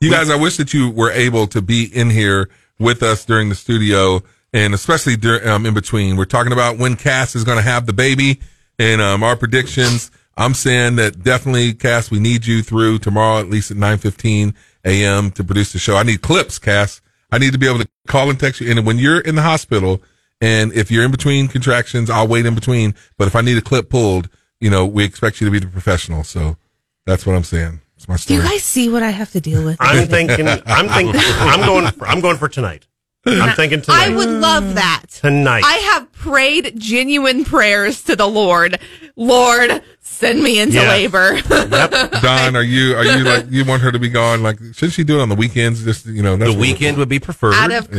You guys, I wish that you were able to be in here with us during the studio and especially dur- um, in between. We're talking about when Cass is going to have the baby and um, our predictions. I'm saying that definitely, Cass, we need you through tomorrow at least at 9:15 a.m. to produce the show. I need clips, Cass. I need to be able to call and text you. And when you're in the hospital, and if you're in between contractions, I'll wait in between. But if I need a clip pulled, you know, we expect you to be the professional. So that's what I'm saying. It's my Do story. you guys see what I have to deal with? I'm thinking. I'm thinking. I'm going. For, I'm going for tonight. I'm thinking tonight. I would love that. tonight. I have prayed genuine prayers to the Lord. Lord, send me into Yeah. labor. Don, are you are you like you want her to be gone? Like should she do it on the weekends? Just you know, that's The what we're- weekend would be preferred. Out of Yeah,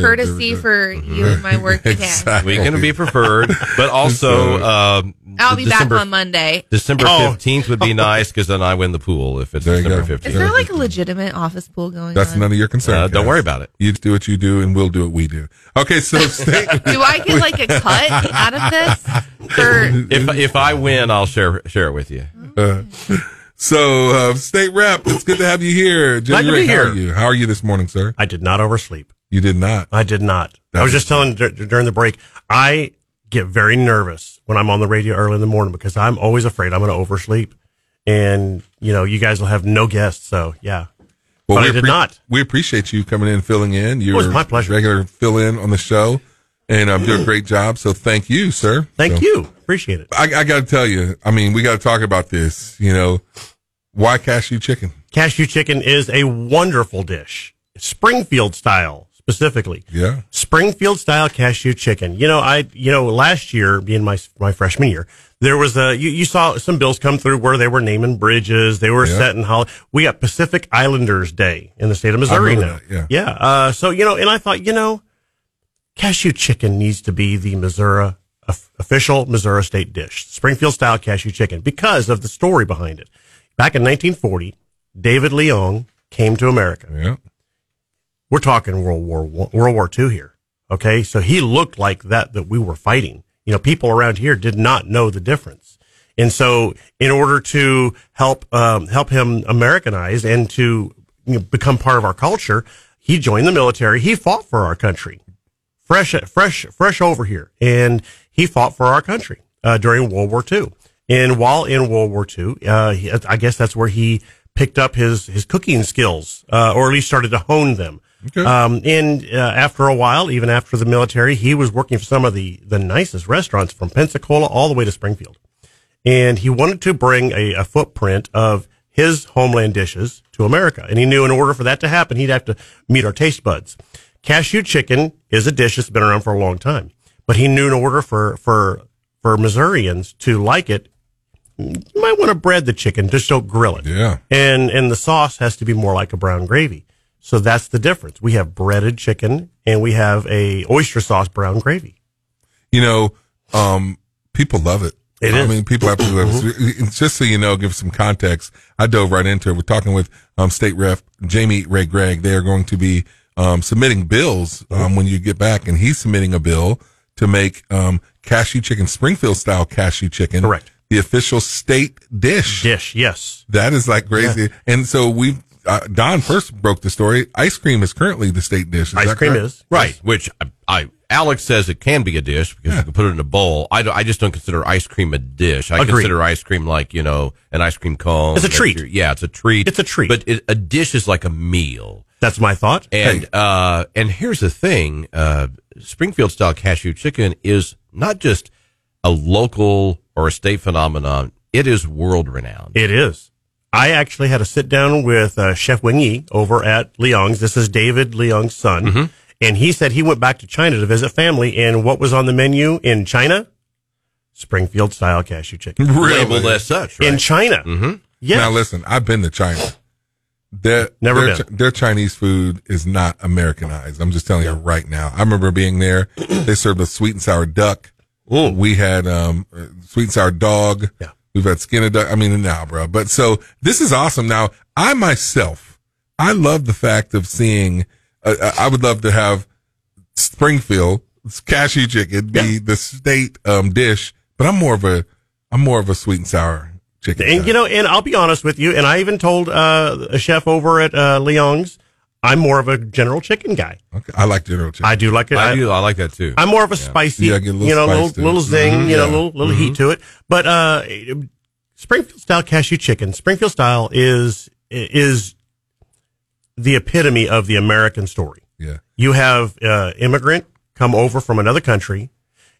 there we courtesy go. for Mm-hmm. you and my work, Exactly. weekend would be preferred, but also um, yeah. I'll be the December, back on Monday. December Oh. fifteenth would be nice because then I win the pool if it's There you December go. Is fifteenth. there like a legitimate office pool going That's on? none of your concern. Uh, don't Cass. worry about it. You do what you do, and we'll do what we do. Okay, so stay, Do I get like a cut out of this? For If if I win, I'll share share it with you. so uh, state rep, it's good to have you here. Jimmy Glad to Ray, be How are here. you? How are you this morning, sir? I did not oversleep. You did not. I did not. I was just telling dur- during the break. I get very nervous when I'm on the radio early in the morning because I'm always afraid I'm going to oversleep, and you know you guys will have no guests. So yeah, But I did not. We appreciate you coming in, filling in. You're was my pleasure. Regular fill in on the show, and um, do a great job. So thank you, sir. thank So- you. Appreciate it. I, I got to tell you. I mean, we got to talk about this. You know, why cashew chicken? Cashew chicken is a wonderful dish, Springfield style specifically. Yeah. Springfield style cashew chicken. You know, I you know last year being my my freshman year, there was a you, you saw some bills come through where they were naming bridges, they were Yeah. setting hol- we got Pacific Islanders Day in the state of Missouri now. remember that, yeah. Uh, so you know, and I thought you know, cashew chicken needs to be the Missouri of- official Missouri state dish, Springfield style cashew chicken, because of the story behind it. Back in 1940, David Leong came to America Yeah. we're talking World War One, World War Two here. Okay, so he looked like that that we were fighting. You know, people around here did not know the difference, and so in order to help um, help him Americanize and to you know, become part of our culture, he joined the military. He fought for our country, fresh fresh fresh over here, and he fought for our country uh, during World War Two. And while in World War Two, uh, he, I guess that's where he picked up his his cooking skills, uh, or at least started to hone them. Okay. Um, and uh, after a while, even after the military, he was working for some of the, the nicest restaurants from Pensacola all the way to Springfield. And he wanted to bring a, a footprint of his homeland dishes to America. And he knew in order for that to happen, he'd have to meet our taste buds. Cashew chicken is a dish that's been around for a long time, but he knew in order for, for, for Missourians to like it, you might want to bread the chicken, just don't grill it Yeah. and and the sauce has to be more like a brown gravy. So that's the difference. We have breaded chicken and we have a oyster sauce brown gravy. you know, um, people love it. It I is. Mm-hmm. mean, people absolutely love it. Just so you know, give some context. I dove right into it. We're talking with um, State Rep Jamie Ray Gregg. They are going to be um, submitting bills um, when you get back, and he's submitting a bill to make um, cashew chicken, Springfield style cashew chicken, Correct. the official state dish. Dish, yes. That is like crazy. And so we, uh, Don first broke the story. Ice cream is currently the state dish. Ice that cream correct? is. Right. Which I, I Alex says it can be a dish because you can put it in a bowl. I, don't- I just don't consider ice cream a dish. I Agreed. consider ice cream like you know an ice cream cone. It's a that treat. you're- Yeah, it's a treat. It's a treat. But it, a dish is like a meal. That's my thought. And uh, and here's the thing: uh, Springfield style cashew chicken is not just a local or a state phenomenon; it is world renowned. It is. I actually had a sit down with uh, Chef Wing Yi over at Leong's. This is David Leong's son. Mm-hmm. And he said he went back to China to visit family. And what was on the menu in China? Springfield style cashew chicken. Really? Labeled as such, right? In China. hmm Yes. Now listen, I've been to China. Their, Never their, been. Chi- their Chinese food is not Americanized. I'm just telling you right now. I remember being there. They served a sweet and sour duck. We had um uh, sweet and sour dog. Yeah. We've had skin of duck. I mean, now, bro. But so this is awesome. Now, I myself, I love the fact of seeing. Uh, uh, I would love to have Springfield cashew chicken be the state um dish, but I'm more of a I'm more of a sweet and sour chicken. And guy. you know, and I'll be honest with you, and I even told uh, a chef over at uh, Leong's, I'm more of a general chicken guy. Okay. I like general chicken. I do like it. I I- do. I like that too. I'm more of a spicy, Yeah, get a you little know, spice little, to it. little zing, Mhm, you know, yeah. little, little heat to it. But uh, Springfield style cashew chicken, Springfield style is is the epitome of the American story. yeah. You have uh, immigrant come over from another country.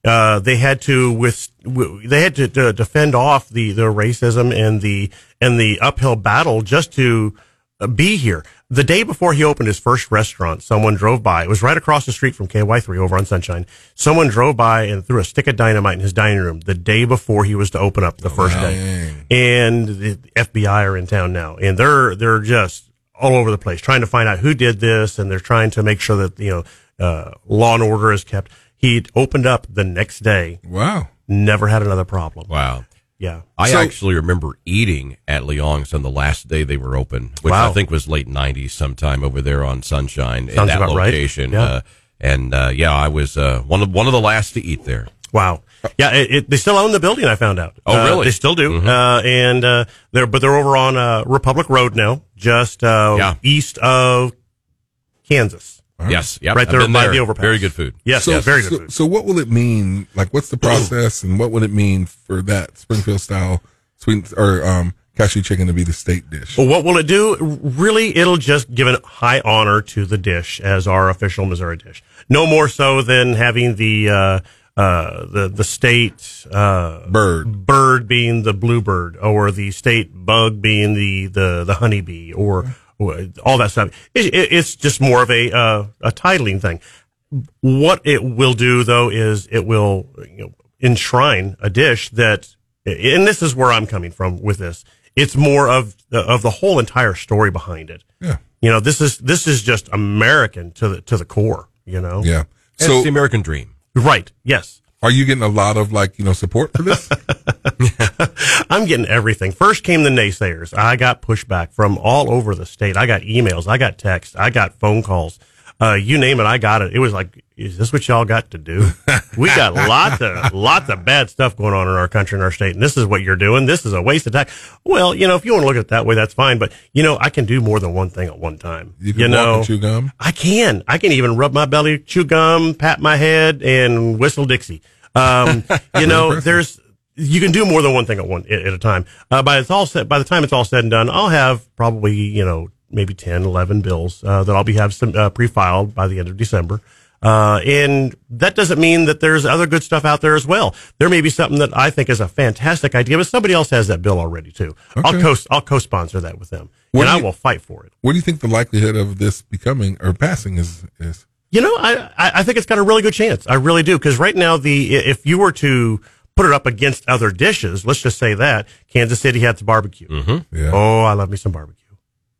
Uh, they had to with w- they had to, to defend off the, the racism and the and the uphill battle just to uh, be here. The day before he opened his first restaurant, someone drove by. It was right across the street from KY3 over on Sunshine. Someone drove by and threw a stick of dynamite in his dining room the day before he was to open up the first day Dang. and the FBI are in town now, and they're they're just all over the place trying to find out who did this, and they're trying to make sure that you know uh, law and order is kept. He opened up the next day, Wow. never had another problem. wow. Yeah, I So- actually remember eating at Leong's on the last day they were open, which I Wow. think was late '90s, sometime over there on Sunshine in Sounds that about right. location. Yeah. Uh, and uh, yeah, I was uh, one of one of the last to eat there. wow. Yeah, it, it, they still own the building. I found out. Oh, Uh, really? they still do, uh, and uh, they're but they're over on uh, Republic Road now, just uh, Yeah. east of Kansas. Yes, yep, Right I've there been by the overpass. Very good food. Yes, yeah, very good. So, food. so what will it mean? Like, what's the process, and what would it mean for that Springfield style sweet or um, cashew chicken to be the state dish? Well, what will it do? Really, it'll just give a high honor to the dish as our official Missouri dish. No more so than having the uh, uh, the the state uh, Bird. bird being the bluebird, or the state bug being the the the honeybee, or, or all that stuff. It, it, it's just more of a uh, a titling thing. What it will do though is it will you know, enshrine a dish that, and this is where I'm coming from with this. It's more of the, of the whole entire story behind it. Yeah. You know, this is this is just American to the to the core. You know, Yeah. So, So, it's the American dream. right? Yes. are you getting a lot of like you know support for this? I'm getting everything. First came the naysayers. I got pushback from all over the state. I got emails. I got texts. I got phone calls. Uh, you name it, I got it. It was like, is this what y'all got to do? We got lots of lots of bad stuff going on in our country and our state, and this is what you're doing. This is a waste of time. Well, you know, if you want to look at it that way, that's fine. But you know, I can do more than one thing at one time. You can walk know, and chew gum. I can. I can even rub my belly, chew gum, pat my head, and whistle Dixie. Um, you know, there's you can do more than one thing at one at at a time. Uh, by it's all said, by the time it's all said and done, I'll have probably you know maybe 10, 11 bills uh, that I'll be have some uh, pre-filed by the end of December. Uh, and that doesn't mean that there's other good stuff out there as well. There may be something that I think is a fantastic idea, but somebody else has that bill already too. I'll Okay. co I'll co-sponsor that with them, What and do I you- will fight for it. What do you think the likelihood of this becoming or passing is? Is You know, I I I think it's got a really good chance. I really do because right now the if you were to put it up against other dishes, let's just say that Kansas City had the barbecue. yeah. Oh, I love me some barbecue.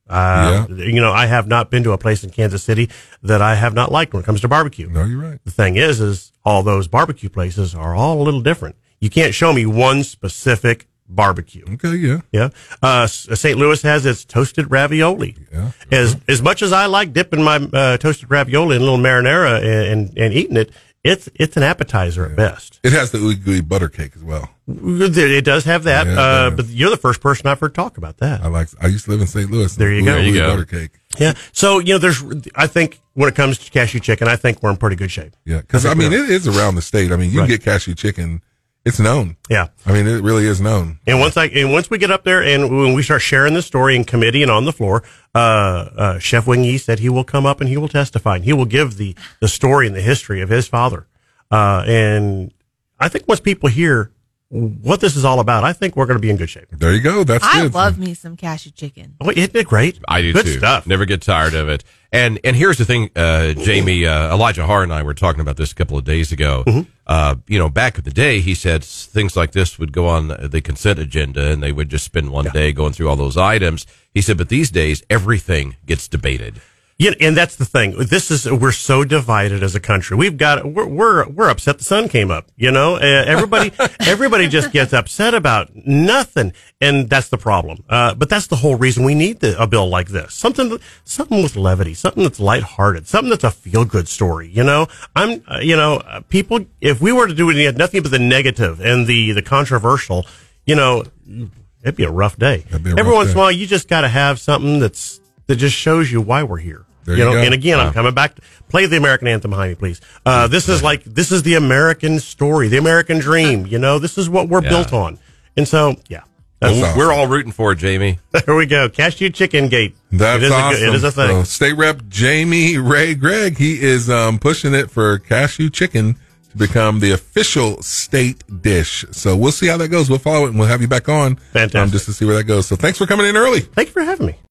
Uh, You know, I have not been to a place in Kansas City that I have not liked when it comes to barbecue. No, you're right. The thing is, is all those barbecue places are all a little different. You can't show me one specific barbecue. Okay. Yeah. Yeah. Uh, S- St. Louis has its toasted ravioli. Yeah. As as much as I like dipping my uh, toasted ravioli in a little marinara and, and, and eating it, it's it's an appetizer at best. It has the ooey gooey butter cake as well. It does have that, Yeah, it uh, does. but you're the first person I've heard talk about that. I like. I used to live in St. Louis. There you go. Ooey There you gooey go. Butter cake. Yeah. So you know, there's I think when it comes to cashew chicken, I think we're in pretty good shape. Yeah, because I mean, it is around the state. I mean, you Right. get cashew chicken; it's known. Yeah. I mean, it really is known. And once I and once we get up there and when we start sharing the story in committee and on the floor, uh, uh, Chef Wingy said he will come up and he will testify and he will give the the story and the history of his father. Uh, and I think once people hear what this is all about, I think we're going to be in good shape. There you go. That's I good. love me some cashew chicken. Oh, isn't it great? I do good too. stuff. Never get tired of it. And and here's the thing, uh, Jamie, uh, Elijah Har and I were talking about this a couple of days ago. Mm-hmm. Uh, you know, back in the day, he said s- things like this would go on the consent agenda, and they would just spend one day going through all those items. He said, but these days, everything gets debated. Yeah, and that's the thing. This is we're so divided as a country. We've got we're we're, we're upset the sun came up. You know, Uh, everybody everybody just gets upset about nothing, and that's the problem. Uh, but that's the whole reason we need the, a bill like this. Something something with levity, something that's lighthearted, something that's a feel good story. You know, I'm uh, you know uh, people. If we were to do it, nothing but the negative and the the controversial. You know, it'd be a rough day. That'd be a Every rough once in day. a while, you just got to have something that's that just shows you why we're here. There you you know, go. and again, I'm coming back. To, play the American anthem behind me, please. Uh, this is like this is the American story, the American dream. You know, this is what we're Yeah. built on. And so, yeah, that's, Wow. We're all rooting for it, Jamie. there we go. Cashew chicken gate. That's it is awesome. A, good- it is a thing. So, State Rep Jamie Ray Gregg, he is um, pushing it for cashew chicken to become the official state dish. So we'll see how that goes. We'll follow it and we'll have you back on um, Fantastic. just to see where that goes. So thanks for coming in early. Thank you for having me.